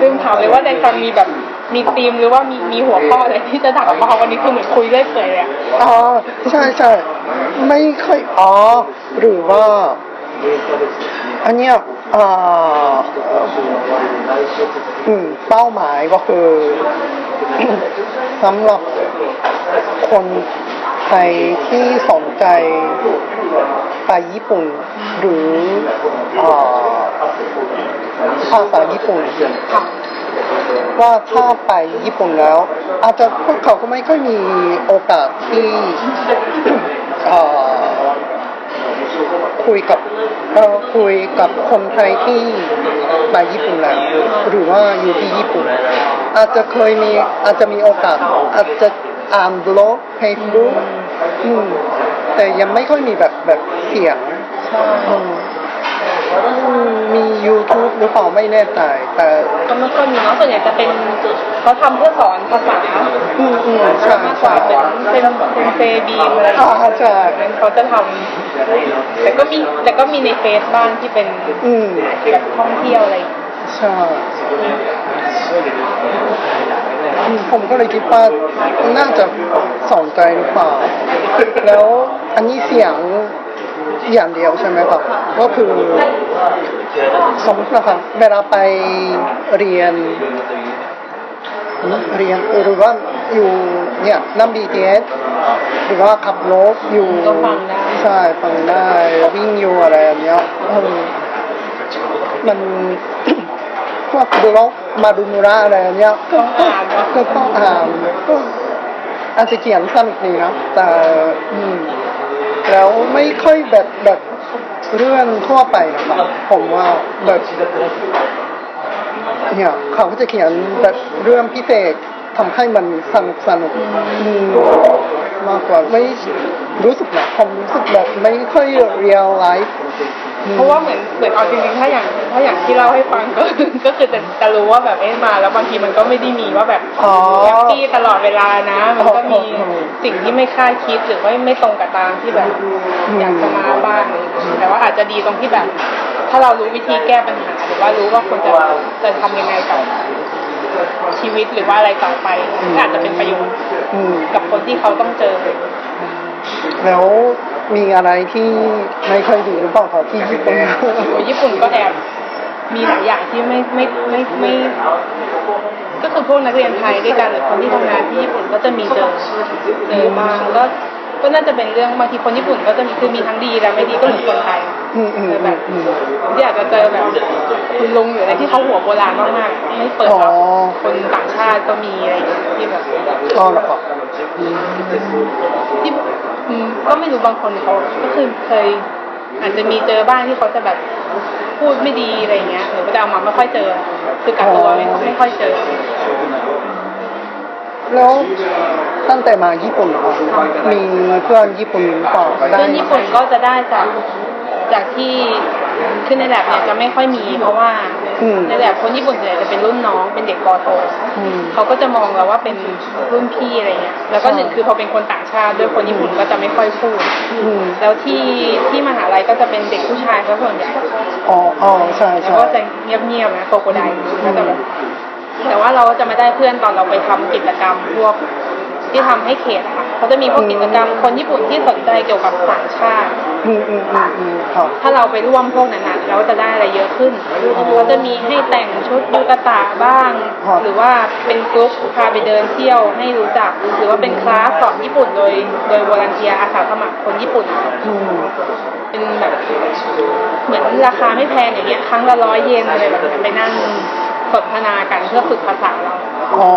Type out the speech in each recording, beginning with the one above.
ลืมถามเลยว่าในซันมีแบบมีธีมหรือว่ามีมีหัวข้ออะไรที่จะถามว่าเขาวันนี้คือเหมือนคุยเรื่อยเปื่อยเลยอะ อ๋อใช่ใช่ไม่ค่อยอ๋อหรือว่า อันเนี้ยอ่าอืมเป้าหมายก็คือ สำหรับคนไทยที่สนใจไปญี่ปุ่น หรืออ่าภาษาญี่ปุ่น ค่ะ ว่าถ้าไปญี่ปุ่นแล้ว อาจจะพวกเขาก็ไม่ค่อยมีโอกาสที่ เอ่อคุยกับเอ่อคุยกับคนไทยที่ไปญี่ปุ่นแล้ว หรือว่าอยู่ที่ญี่ปุ่น อาจจะเคยมีอาจจะมีโอกาส อาจจะอ่านบล็อกเฟซบุ๊กอืมแต่ยังไม่ค่อยมีแบบแบบเสียงอืมอืมมี YouTube หรือเปล่าไม่แน่ใจแต่ ก็ไม่ค่อยมีเนาะส่วนใหญ่จะเป็นเขาทำเพื่อสอนภาษา อืมอืมใช่ มากก ใช่ ว่าเป็นเป็นเซบีมอะไร อ่าใช่ นั้นเขาจะทำแต่ก็มีแต่ก็มีในเฟซบ้างที่เป็น อืม แบบท่องเที่ยวอะไร ใช่อืมผมก็เลยคิดว่าน่าจะสนใจหรือเปล่า แล้วอันนี้เสียงอย่างเดียวใช่ไหมครับ ก็คือสมมตินะครับเวลาไปเรียน เรียนหรือว่าอยู่เนี่ยนั่ง BTS หรือว่าขับรถอยู่ ก็ฟังได้ ใช่ฟังได้วิ่งอยู่อะไรแบบเนี้ยเออมัน พวกบล็อกมาดูมูระอะไรแบบเนี้ยก็ก็ก็ต้องอ่านก็อาจจะเขียนสนุกดีนะแต่อืมแล้วไม่ค่อยแบบแบบเรื่องทั่วไปนะครับผมว่าแบบ เนี่ยเขาก็จะเขียนแบบเรื่องพิเศษทำให้มันสนุกสนุกอืมมากกว่าไม่รู้สึกแบบผมรู้สึกแบบไม่ค่อยเรียลไลฟ์ เพราะว่าเหมือนเหมือนเอาจริงๆถ้าอย่างถ้าอย่างที่เล่าให้ฟังก็ ก็คือจะจะรู้ว่าแบบเอ๊ะมาแล้วบางทีมันก็ไม่ได้มีว่าแบบ อ๋อ แฮปปี้ตลอดเวลานะ มันก็มี อ๋อ สิ่งที่ไม่คาดคิดหรือว่าไม่ตรงกับตามที่แบบอยากจะมาบ้างแต่ว่าอาจจะดีตรงที่แบบ ถ้าเรารู้วิธีแก้ปัญหาหรือว่ารู้ว่าควรจะจะทำยังไงกับชีวิตหรือว่าอะไรต่อไป อืม อาจจะเป็นประโยชน์ อืม กับคนที่เขาต้องเจอ แล้วมีอะไรที่ไม่ค่อยดีหรือเปล่าครับที่ญี่ปุ่น โอ้ญี่ปุ่นก็แอบมีหลายอย่างที่ไม่ไม่ไม่ไม่ ก็คือพวกนักเรียนไทยด้วยกันหรือคนที่ทำงานที่ญี่ปุ่นก็จะมีเจอเจอบ้างก็ก็น่าจะเป็นเรื่องบางทีคนญี่ปุ่นก็จะมีคือมีทั้งดีและไม่ดีก็เหมือนคนไทย อืมอืมอืมอืม ที่อาจจะเจอแบบคุณลุงหรืออะไรที่เขาหัวโบราณมากๆไม่เปิดรับ อ๋อ คนต่างชาติก็มีอะไรอย่างเงี้ยที่แบบ อ๋อเหรอครับ ที่อืมก็ไม่รู้บางคนเขาก็คือเคย อาจจะมีเจอบ้างที่เขาจะแบบพูดไม่ดีอะไรอย่างเงี้ยหรือว่าจะเอามาไม่ค่อยเจอ คือกักตัวไม่ไม่ค่อยเจอ แล้วตั้งแต่มาญี่ปุ่นเหรอครับมีเพื่อนญี่ปุ่นหรือเปล่าได้ เรื่องญี่ปุ่นก็จะได้จากจากที่คือในแลบเนี่ยจะไม่ค่อยมีเพราะว่า อืม ในแลบคนญี่ปุ่นส่วนใหญ่จะเป็นรุ่นน้องเป็นเด็กปอโท อืม เขาก็จะมองเราว่าเป็นรุ่นพี่อะไรเงี้ยแล้วก็หนึ่งคือพอเป็นคนต่างชาติด้วยคนญี่ปุ่นก็จะไม่ค่อยพูด อืม แล้วที่ที่มหาลัยก็จะเป็นเด็กผู้ชายซะส่วนใหญ่ อ๋ออ๋อใช่ แล้ว ใช่ ก็จะเงียบๆนะโคโคไดก็จะแบบแต่ว่าเราก็จะมาได้เพื่อนตอนเราไปทำกิจกรรมพวกที่ทำให้เขตอะค่ะเขาจะมีพวกกิจกรรมคนญี่ปุ่นที่สนใจเกี่ยวกับต่างชาติ อืมอืมอืมอืมครับ ถ้าเราไปร่วมพวกนั้นนะเราจะได้อะไรเยอะขึ้นเขาจะมีให้แต่งชุดยูกะตะบ้าง ครับ หรือว่าเป็นกรุ๊ปพาไปเดินเที่ยวให้รู้จัก หรือว่าเป็นคลาสสอนญี่ปุ่นโดยโดยบรันเทียอาสาสมัครคนญี่ปุ่น อืม เป็นแบบเหมือนราคาไม่แพงอย่างเงี้ยครั้งละร้อยเยนอะไรแบบเนี้ยไปนั่งสนทนากันเพื่อฝึกภาษาเรา อ๋อ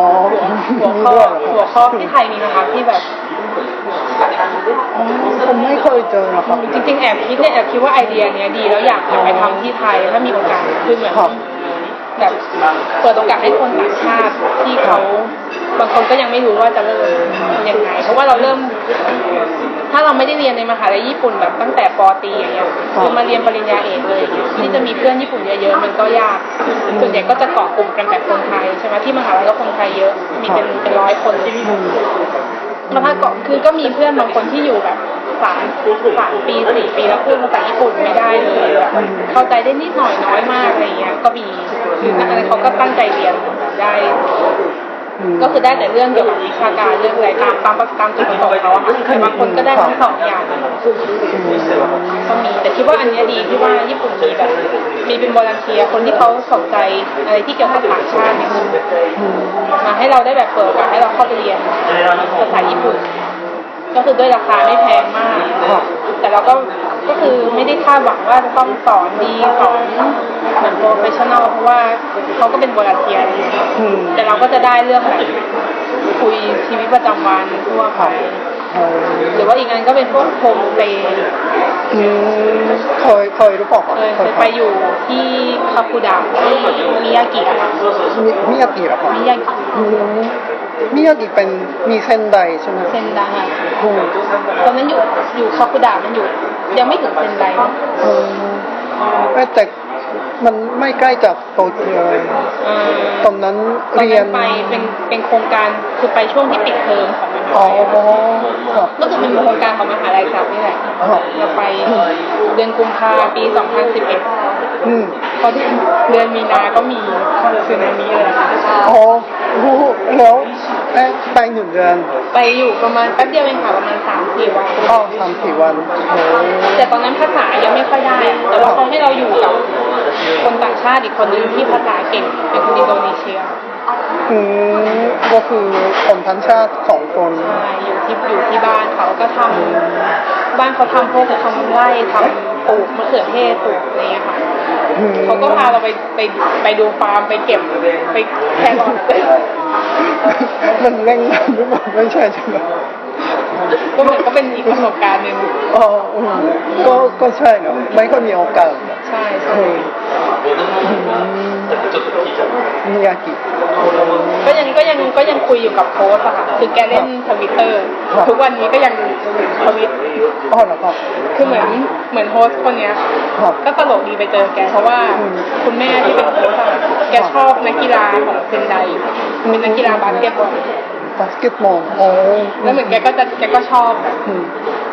หัว มี ข้อ ด้วยเร หัวข้อที่ไทยมีนะคะที่แบบ อ๋อผมไม่เคยเจอนะครับ จริงๆแอบคิดเนี่ยแอบคิดว่าไอเดียเนี้ยดีแล้วอยากอยากไปทำที่ไทยถ้ามีโอกาสคือเหมือน ครับ แบบเปิดโอกาสให้คนต่างชาติที่เขาบางคนก็ยังไม่รู้ว่าจะเริ่มยังไง เพราะว่าเราเริ่ม ถ้าเราไม่ได้เรียนในมหาลัยญี่ปุ่นแบบตั้งแต่ปอตรีอย่างเงี้ย ครับ คือมาเรียนปริญญาเอกเลยอย่างเงี้ยที่จะมีเพื่อนญี่ปุ่นเยอะๆมันก็ยากส่วนใหญ่ก็จะเกาะกลุ่มกันแบบคนไทยใช่ไหมที่มหาลัยก็คนไทยเยอะ มีเป็น ครับ เป็นร้อยคน อืม แล้วถ้าเกาะคือก็มีเพื่อนบางคนที่อยู่แบบ สามสามปีสี่ปีแล้วพูดภาษาญี่ปุ่นไม่ได้เลยแบบเข้าใจได้นิดหน่อยน้อยมากอะไรเงี้ย ก็มีคืออันนั้นเขาก็ตั้งใจเรียนได้ ก็คือได้แต่เรื่องเกี่ยวกับวิชาการเรื่องอะไรตามตามตามจุดประสงค์เขาอะค่ะแต่บางคนก็ได้ทั้งสองอย่างก็มีแต่คิดว่าอันเนี้ยดีที่ว่าญี่ปุ่นมีแบบมีเป็นบริเทียคนที่เขาสนใจอะไรที่เกี่ยวกับต่างชาติเนี่ยมาให้เราได้แบบเปิดโอกาสให้เราเข้าไปเรียนภาษาญี่ปุ่น ก็คือด้วยราคาไม่แพงมาก ค่ะ แต่เราก็ก็คือไม่ได้คาดหวังว่าจะต้องสอนดีสอนเหมือนโปรเฟชชั่นอลเพราะว่าเขาก็เป็นบริเทีย อืม แต่เราก็จะได้เรื่องแบบคุยชีวิตประจำวันทั่วไป เอ่อ หรือว่าอีกงานก็เป็นพวกโฮมสเตย์ อืมเคยเคยรู้เปล่า เคยเคยไปอยู่ที่คาคุดะที่มิยากิอะค่ะ มิมิยากิเหรอครับ มิยากิ อืมมิยากิเป็นมีเส้นใดใช่ไหม เซนไดา อืม ตอนนั้นอยู่อยู่คาคุดะมันอยู่ ยังไม่ถึงเซนไดเนอะ เออเอ้ยแต่มันไม่ใกล้จากโตเกียว เอ่อ ตอนนั้น ตอน เรีย นั้น นไปเป็นเป็นโครงการคือไปช่วงที่ปิดเทอมของมหา อ๋อ ลัย ครับ ก็คือเป็นโครงการของมหาลัยครับนี่แหละ อ๋อ เราไปเดือนกุมภาปี 2011 อืม เพราะเดือนมีนาก็มีสึนามิเลยค่ะ อ๋อรู้แล้วเอ้ยไปหนึ่งเดือน ไปอยู่ประมาณแป๊บเดียวเองค่ะประมาณสามสี่วัน อ๋อสามสี่วันโอ้ แต่ตอนนั้นภาษายังไม่ค่อยได้ แต่ว่าเขาให้เราอยู่กับคนต่างชาติอีกคนนึงที่ภาษาเก่งเป็นคนอินโดนีเซีย อืมก็คือคนทันชาติสองคน ใช่อยู่ที่อยู่ที่บ้านเขาก็ทำบ้านเขาทำพวกทำไร่ทำปลูกมะเขือเทศปลูกอะไรอย่างเงี้ยค่ะ อืม เขาก็พาเราไปไปไปดูฟาร์มไปเก็บไปแครอทไป มันเร่งรัดหรือเปล่าไม่ใช่ใช่ไหม ก็เหมือนก็เป็นอีกประสบการณ์หนึ่ง อ๋ออืมก็ก็ใช่เนาะไม่ค่อยมีโอกาส ใช่ เอ ใช่ อมิยากิ ก็ยังก็ยังก็ยังคุยอยู่กับโค้ชอะค่ะ คือแกเล่นทวิตเตอร์ ครับ ทุกวันนี้ก็ยังทวิต อ๋อเหรอครับ คือเหมือนเหมือนโฮสคนเนี้ย ครับ ก็ตลกดีไปเจอแก เพราะว่า อืม คุณแม่ที่เป็นโค้ชอะค่ะแกชอบนักกีฬาของเซนไดเป็นนักกีฬาบาสเกตบอล บาสเกตบอลโอ้ แล้วเหมือนแกก็จะแกก็ชอบแบบ อืม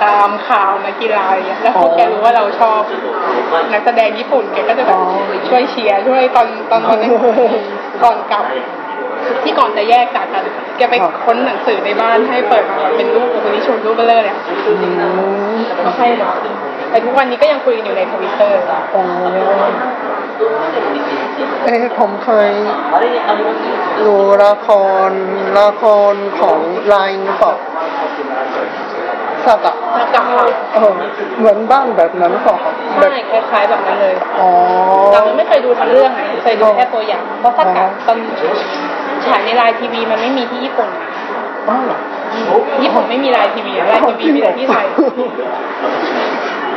ตามข่าวนักกีฬาอย่างเงี้ยแล้วพอ อ๋อ แกรู้ว่าเราชอบนักแสดงญี่ปุ่นแกก็จะแบบ อ๋อ ช่วยเชียร์ช่วยตอนตอนตอนนั้นก่อนกลับ ที่ก่อนจะแยกจากกันแกไปค้นหนังสือในบ้านให้เปิดมาแบบเป็นรูปคนนี้ชนรูปเบลเลอร์เนี่ย อืม ก็ให้มาแต่ทุกวันนี้ก็ยังคุยกันอยู่ในทวิตเตอร์ อ๋อเอ้ผมเคยดูละครละครของไลน์กับสัตว์อะ แล้วกับเขา เออเหมือนบ้านแบบนั้นเปล่าครับแบ ใช่ บ คล้ายๆแบบนั้นเลย อ๋อ เราไม่เคยดูทั้งเรื่องนะเคยดูแค่ตัวอย่างเพราะสักกัดตอนฉายในไลน์ทีวีมันไม่มีที่ญี่ปุ่น อ้าวเหรอ ญี่ปุ่นไม่มีไลน์ทีวีไลน์ทีวีมีแต่ที่ไทย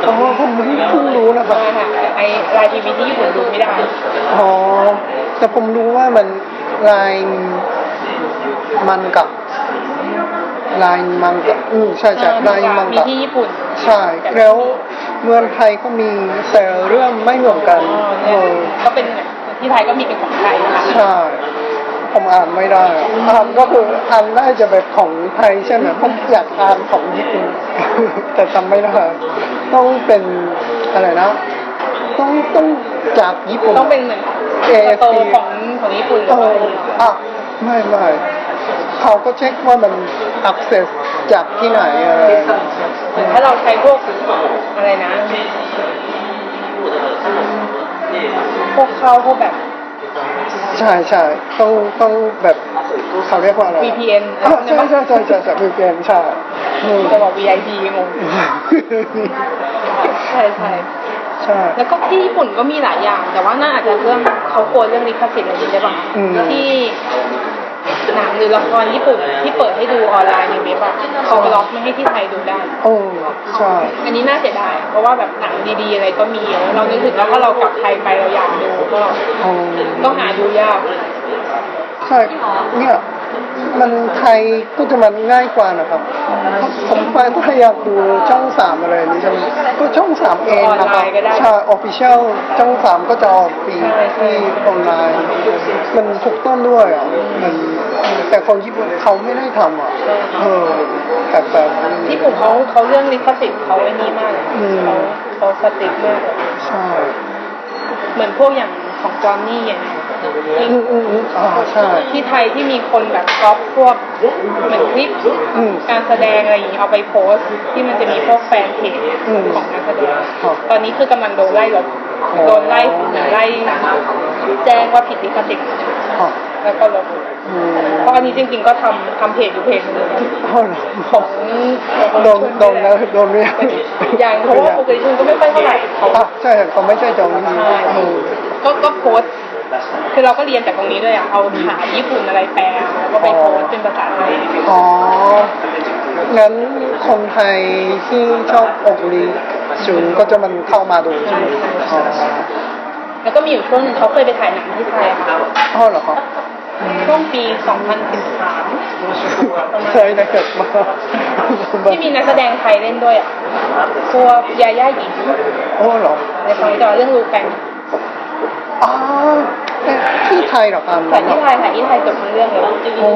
อ๋อผมเพิ่งรู้นะค ใช่ รับ ค่ะไอไลน์ทีวีที่ญี่ปุ่นดูไม่ได้ อ๋อ แต่ผมรู้ว่ามันลายมันกับลายมังกะอืมใช่ใช่ลายมัง มี กะ ที่ญี่ปุ่น ใช่ แล้วเมืองไทยก็มีแต่เรื่องไม่เหมือนกันเออ ก็เป็นที่ไทยก็มีเป็นของไทยค่ะ ใช่ ผมอ่านไม่ได้อะอ่านก็คืออ่านได้จะแบบของไทยใช่ไหมผมอยากอ่านของญี่ปุ่น แต่จำไม่ได้ ต้องเป็นอะไรนะ ต้องต้องจากญี่ปุ่น ต้องเป็นเหมือนโตของของญี่ปุ่นหรื เอ อว่า ออ่ะไม่ไม่เขาก็เช็คว่ามัน access จากที่ไหนอะไร เหมือนถ้าเราใช้พวกอะไรนะพวกเข้าพวกแบบ ใช่ใช่ต้องต้องแบบเขาเรียกว่าอะไร VPN อ่ะใช่ใช่ใช่ใช่ใช่ VPN ใช่อืม จะบอก VIP ง งใช่ใช่ ใช่ แล้วก็ที่ญี่ปุ่นก็มีหลายอย่าง แต่ว่าน่าอาจจะเรื่องเขาโกนเรื่องลิขสิทธิ์อะไรนี้ได้บ้าง อืม ที่หนังหรือละครญี่ปุ่นที่เปิดให้ดูออนไลน์ในเว็บอะเขาบล็อกไม่ให้ที่ไทยดูได้ โอ้ใช่ อันนี้น่าเสียดายเพราะว่าแบบหนังดีๆอะไรก็มีเยอะเรานึกถึงแล้วถ้าเรากลับไทยไปเราอยากดูก็ อืม ต้องหาดูยาก ใช่เนี่ยมันไทยก็จะมันง่ายกว่านะครับ ผมไปถ้าอยากดูช่องสามอะไรนี้ใช่ไหมก็ช่องสามเองนะครับใช่ออฟฟิเชียลช่องสามก็จะออกปีที่ออนไลน์ มันถูกต้องด้วยอ่ะมัน แต่คนญี่ปุ่นเขาไม่ได้ทำอ่ะเออแต่แต่ ญี่ปุ่นเขาเขาเรื่องลิขสิทธิ์เขาไอ้นี่มาก อืม เขาเขาสติ๊กมากเลย ใช่ เหมือนพวกอย่างของจอห์นนี่อย่างเงี้ย อืมอืมอืมอ่าใช่ ที่ไทยที่มีคนแบบก๊อปพวกเหมือนคลิป อืม การแสดงอะไรอย่างงี้เอาไปโพสต์ที่มันจะมีพวกแฟนเพจ อืม ของนักแสดง ครับ ตอนนี้คือกำลังโดนไล่ลบ อ๋อ โดนไล่ไล่แจ้งว่าผิดลิขสิทธิ์ อ่ะ แล้วก็ลบ อืม เพราะอันนี้จริงๆก็ทำทำเพจอยู่เพจหนึง เอาเหรอ ของ โดนโดนแล้วโดนเรียก อย่างเพราะว่าปกติชุนก็ไม่ค่อยเท่าไหร่เขา อ่ะใช่เขาไม่ใช่จองนี้ ใช่ เออ ก็ก็โพสต์คือเราก็เรียนจากตรงนี้ด้วยอ่ะ เอาข่าวญี่ปุ่นอะไรแปลแล้วก็ไปโพสต์เป็นภาษาไทย อ๋อ งั้นคนไทยที่ชอบโอกรีจุนก็จะมันเข้ามาดูใช่ไหมอ๋อ แล้วก็มีอยู่ช่วงหนึงเขาเคยไปถ่ายหนังที่ไทยค่ะ อ๋อเหรอครับ ช่วงปี 2013 เคยนะเกิดมา ที่มีนักแสดงไทยเล่นด้วยอ่ะตัวยาย่าหญิง โอ้เหรอ ในตอนจอเรื่องลูแกน อ๋อแต่ที่ไทยเหรอครับ ถ่ายที่ไทยถ่ายที่ไทยจบทั้งเรื่องเลย โอ้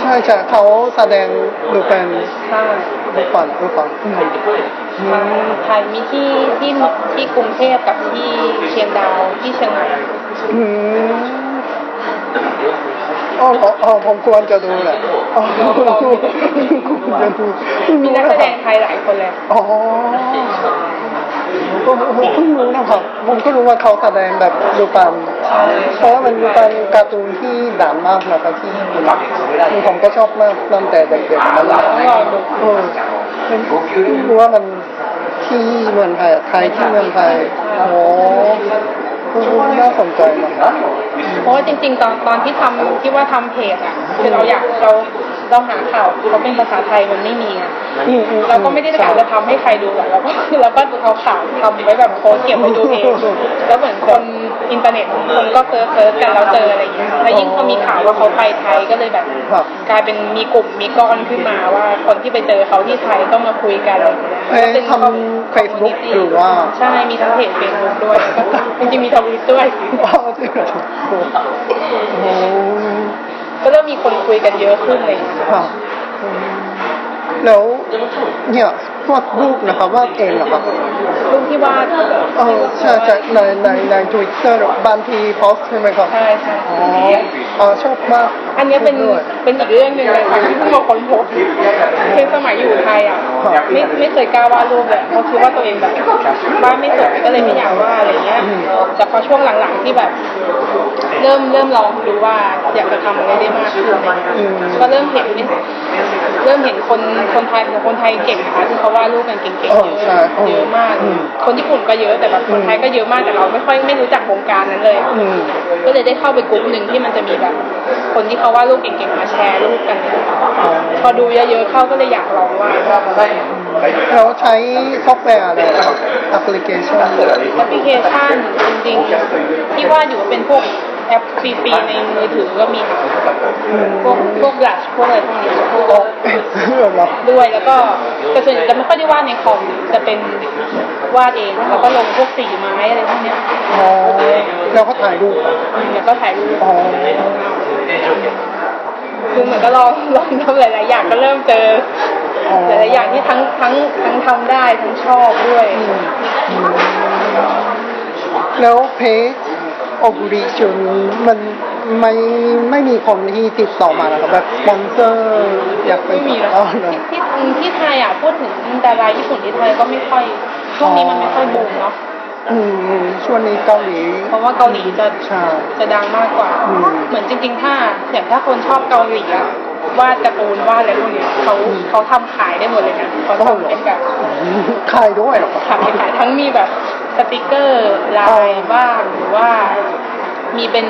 ใช่ใช่เขาแสดงดูเป็น ใช่ ดูก่อนดูก่อนอืมอืม ไทยมีที่ที่ที่กรุงเทพกับที่เชียงดาวที่เชียงใหม่ อืมอ๋อเหรออ๋อผมควรจะดูแหละอ๋อควรจะดู มีนักแสดงไทยหลายคนเลย อ๋อผมเพิ่งรู้นะครับผมก็รู้ว่าเขาแสดงแบบดูปันเพราะว่ามันดูปันการ์ตูนที่ดังมากนะครับที่ญี่ปุ่นคือผมก็ชอบมากตั้งแต่เด็กๆมาแล้วเออเป็นรู้ว่ามันที่เมืองไทยไทยที่เมืองไทยโอ้โหน่าสนใจนะครับ เพราะว่าจริง ๆ ตอนตอนที่ทำที่ว่าทำเพจอ่ะคือเราอยากเราเราหาข่าวเขาเป็นภาษาไทยมันไม่มีอะ อือือื เราก็ไม่ได้อยากจะทำให้ใครดูหรอกเราก็เราก็เอาข่าวทำไว้แบบโพสต์เก็บไว้ดูเองแล้วเหมือนคนอินเทอร์เน็ตคนก็เซิร์ชเซิร์ชกันแล้วเจออะไรอย่างเงี้ยแล้วยิ่งพอมีข่าวว่าเขาไปไทยก็เลยแบบ ครับ กลายเป็นมีกลุ่มมีก้อนขึ้นมาว่าคนที่ไปเจอเขาที่ไทยก็มาคุยกันอะไรอย่างเงี้ย เอ้ยทำ Facebook หรือว่า ใช่ มีทั้งเพจเฟซบุ๊กด้วยจริงๆมีทวิตด้วย อ๋อจริงเหรอโอ้โห ก็เริ่มมีคนคุยกันเยอะขึ้นเลย ครับอืมแล้ว เนี่ยพวกรูปนะครับวาดเองเหรอครับ รุ่นที่ว่า เออใช่จากในในในทวิตเตอร์บางทีโพสต์ใช่ไหมครับ ใช่ใช่ อ๋ออ๋อชอบมาก อันเนี้ยเป็น ด้วย เป็นอีกเรื่องหนึ่งเลยค่ะที่เพิ่งมาค้นพบคือสมัยอยู่ไทยอ่ะ ครับ ไม่ไม่เคยกล้าวาดรูปเลยเพราะคิดว่าตัวเองแบบวาดไม่สวยก็เลยไม่อยากวาดอะไรเงี้ย อืม แต่พอช่วงหลังๆที่แบบ เริ่มเริ่มลองดูว่าอยากจะทำอะไรได้มากขึ้นอะไรเงี้ย อืม ก็เริ่มเห็นเริ่มเห็นคนคนไทยคนไทยเก่งนะคะที่เขาวาดรูปกันเก่งๆเย เอ อะ อใช่เออ เยอะมาก อืม คนญี่ปุ่นก็เยอะแต่แบบคนไทยก็เยอะมากแต่เราไม่ค่อยไม่รู้จักวงการนั้นเลย อืม ก็เลยได้เข้าไปกลุ่มหนึ่งที่มันจะมีแบบ คนที่เขาวาดรูปเก่งๆมาแชร์รูปกันเนี่ย อ๋อ พอดูเยอะๆเข้าก็เลยอยากลองวาด เราใช้ซอฟต์แวร์อะไรครับแอปพลิเคชัน แอปพลิเคชันจริงๆที่วาดอยู่เป็นพวกแอปฟรีๆในมือถือก็มีค่ะ อืม พวกพวกลัชพวกอะไรพวกนี้พวก เหรอ ด้วยแล้วก็แต่ส่วนใหญ่จะไม่ค่อยได้วาดในคอมจะเป็นวาดเองแล้วก็ลงพวกสีไม้อะไรพวกเนี้ย อ๋อแล้วก็ถ่ายรูป แล้วก็ถ่ายรูป อ๋อ คือเหมือนก็ลองลองทำหลาย ๆ อย่างก็เริ่มเจออ อ หลายๆอย่างที่ทั้งทั้งทั้งทำได้ทั้งชอบด้วย อืมอืมแล้วเพจโอกุริชุนมันไม่ไม่มีคนที่ติดต่อมาเหรอครับแบบสปอนเซอร์อยากไป ไม่มีแล้ว อ๋อเหรอ ที่ที่ไทยอ่ะพูดถึงดาราญี่ปุ่นที่ไทยก็ไม่ค่อยช่วงนี้มันไม่ค่อยบูมเนาะ อืมอืมช่วงนี้เกาหลี เพราะว่าเกาหลีจะ ใช่ จะดังมากกว่า อืม เหมือนจริงๆ ถ้าอย่างถ้าคนชอบเกาหลีอะวาดการ์ตูนวาดอะไรพวกเนี้ยเขาเขาทำขายได้หมดเลยนะเขา อ๋อเหร ทำ อ เป็นแบบ อืมใครด้วยเหรอครับ ทำเป็นขายทั้งมีแบบสติกเกอร์ลายบ้างหรือว่า มีเป็น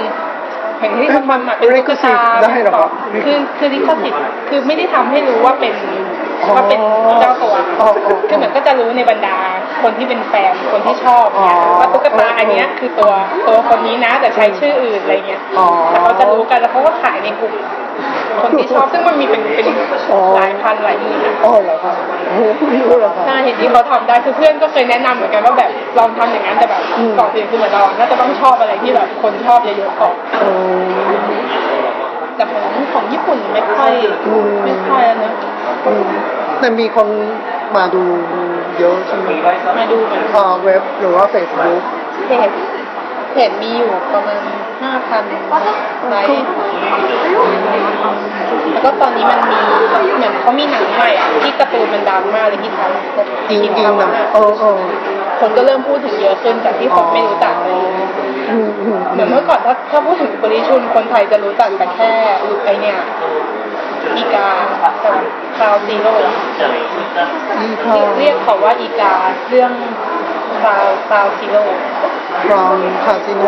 เหมือนที่ทำมันอะเป็น ลิ ตุ๊ ข ก สิท ตา ธิ์ได้เหรอครับ คือคือลิขสิทธิ์คือไม่ได้ทำให้รู้ว่าเป็นว่าเป็นเจ้าตัว อ๋ออ๋อ คือเหมือนก็จะรู้ในบรรดาคนที่เป็นแฟนคนที่ชอบเนี่ย อ๋อ ว่าตุ๊กตาอันเนี้ยคือตัวตัวคนนี้นะแต่ใช้ชื่ออื่นอะไรเงี้ย อ๋อ แต่เขาจะรู้กันแล้วเขาก็ขายในกลุ่มคนที่ชอบซึ่งมันมีเป็นเป็น อ๋อ หลายพันหลายหมื่นอะ อ๋อเหรอครับโอ้ไม่รู้เหรอครับ น่าเห็นที่เขาทำได้คือเพื่อนก็เคยแนะนำเหมือนกันว่าแบบลองทำอย่างนั้นแต่แบบ อืม ก่อนอื่นคือเหมือนเราน่าจะต้องชอบอะไรที่แบบคนชอบเยอะๆก่อน โอ้ แต่ของของญี่ปุ่นไม่ค่อย อืม ไม่ค่อยนะ อืมแต่มีคนมาดูเยอะใช่ไหม มาดูเหมือน อ่าเว็บหรือว่าเฟซบุ๊ก เพจเพจมีอยู่ประมาณห้าพันไลค์แล้วก็ตอนนี้มันมีเหมือนเขามีหนังใหม่อะที่การ์ตูนมันดังมากเลยที่ทำ จริงจริงๆนะ อะ เออเออ คนก็เริ่มพูดถึงเยอะขึ้นจากที่คนไม่รู้จักเลย อืมอืม เหมือนเมื่อก่อนถ้าถ้าพูดถึงโปริชุนคนไทยจะรู้จักแต่แค่อุไอเนี่ยอีกาใช่ไหมคาวซีโร่ อีคาว เรียกเขาว่าอีกาเรื่องคาวคาวซีโร่ ฟรอมคาสิโน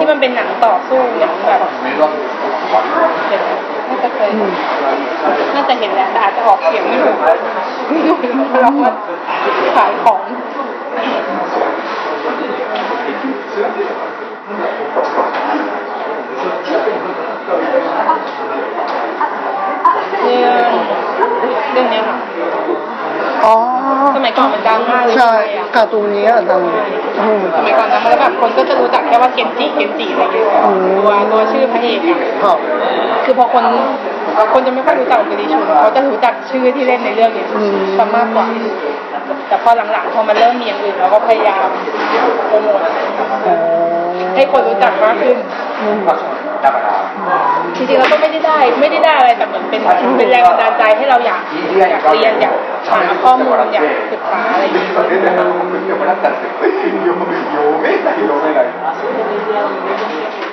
ที่มันเป็นหนังต่อสู้หนังแบบเห็นไหมน่าจะเคย อืม น่าจะเห็นแหละแต่อาจจะออกเสียงไม่ถูกเราว่าขายของเรื่องเรื่องเนี้ยค่ะ อ๋อ สมัยก่อนมันดังมากเลย ใช่ ไหมอะ การ์ตูนนี้อะดังอืม สมัยก่อนนะแล้วแบบคนก็จะรู้จักแค่ว่าเคนจิเคนจิอะไรเงี้ย อืม ตัวตัวชื่อพระเอกอะ ครับ คือพอคนคนจะไม่ค่อยรู้จักกริชุนเขา จะรู้จักชื่อที่เล่นในเรื่องเนี้ยซะมากกว่า แต่พอหลังๆพอมันเริ่มมีอย่างอื่นเราก็พยายามโปรโมท อ๋อ ให้คนรู้จักมากขึ้น อืม จริงๆเราก็ไม่ได้ได้ไม่ได้ได้อะไรแต่เหมือนเป็นเป็นแรงบันดาลใจให้เราอยากอยากเรียนอยากหาข้อมูลอยากศึกษาอะไรอย่างเงี้ย 読めない読めない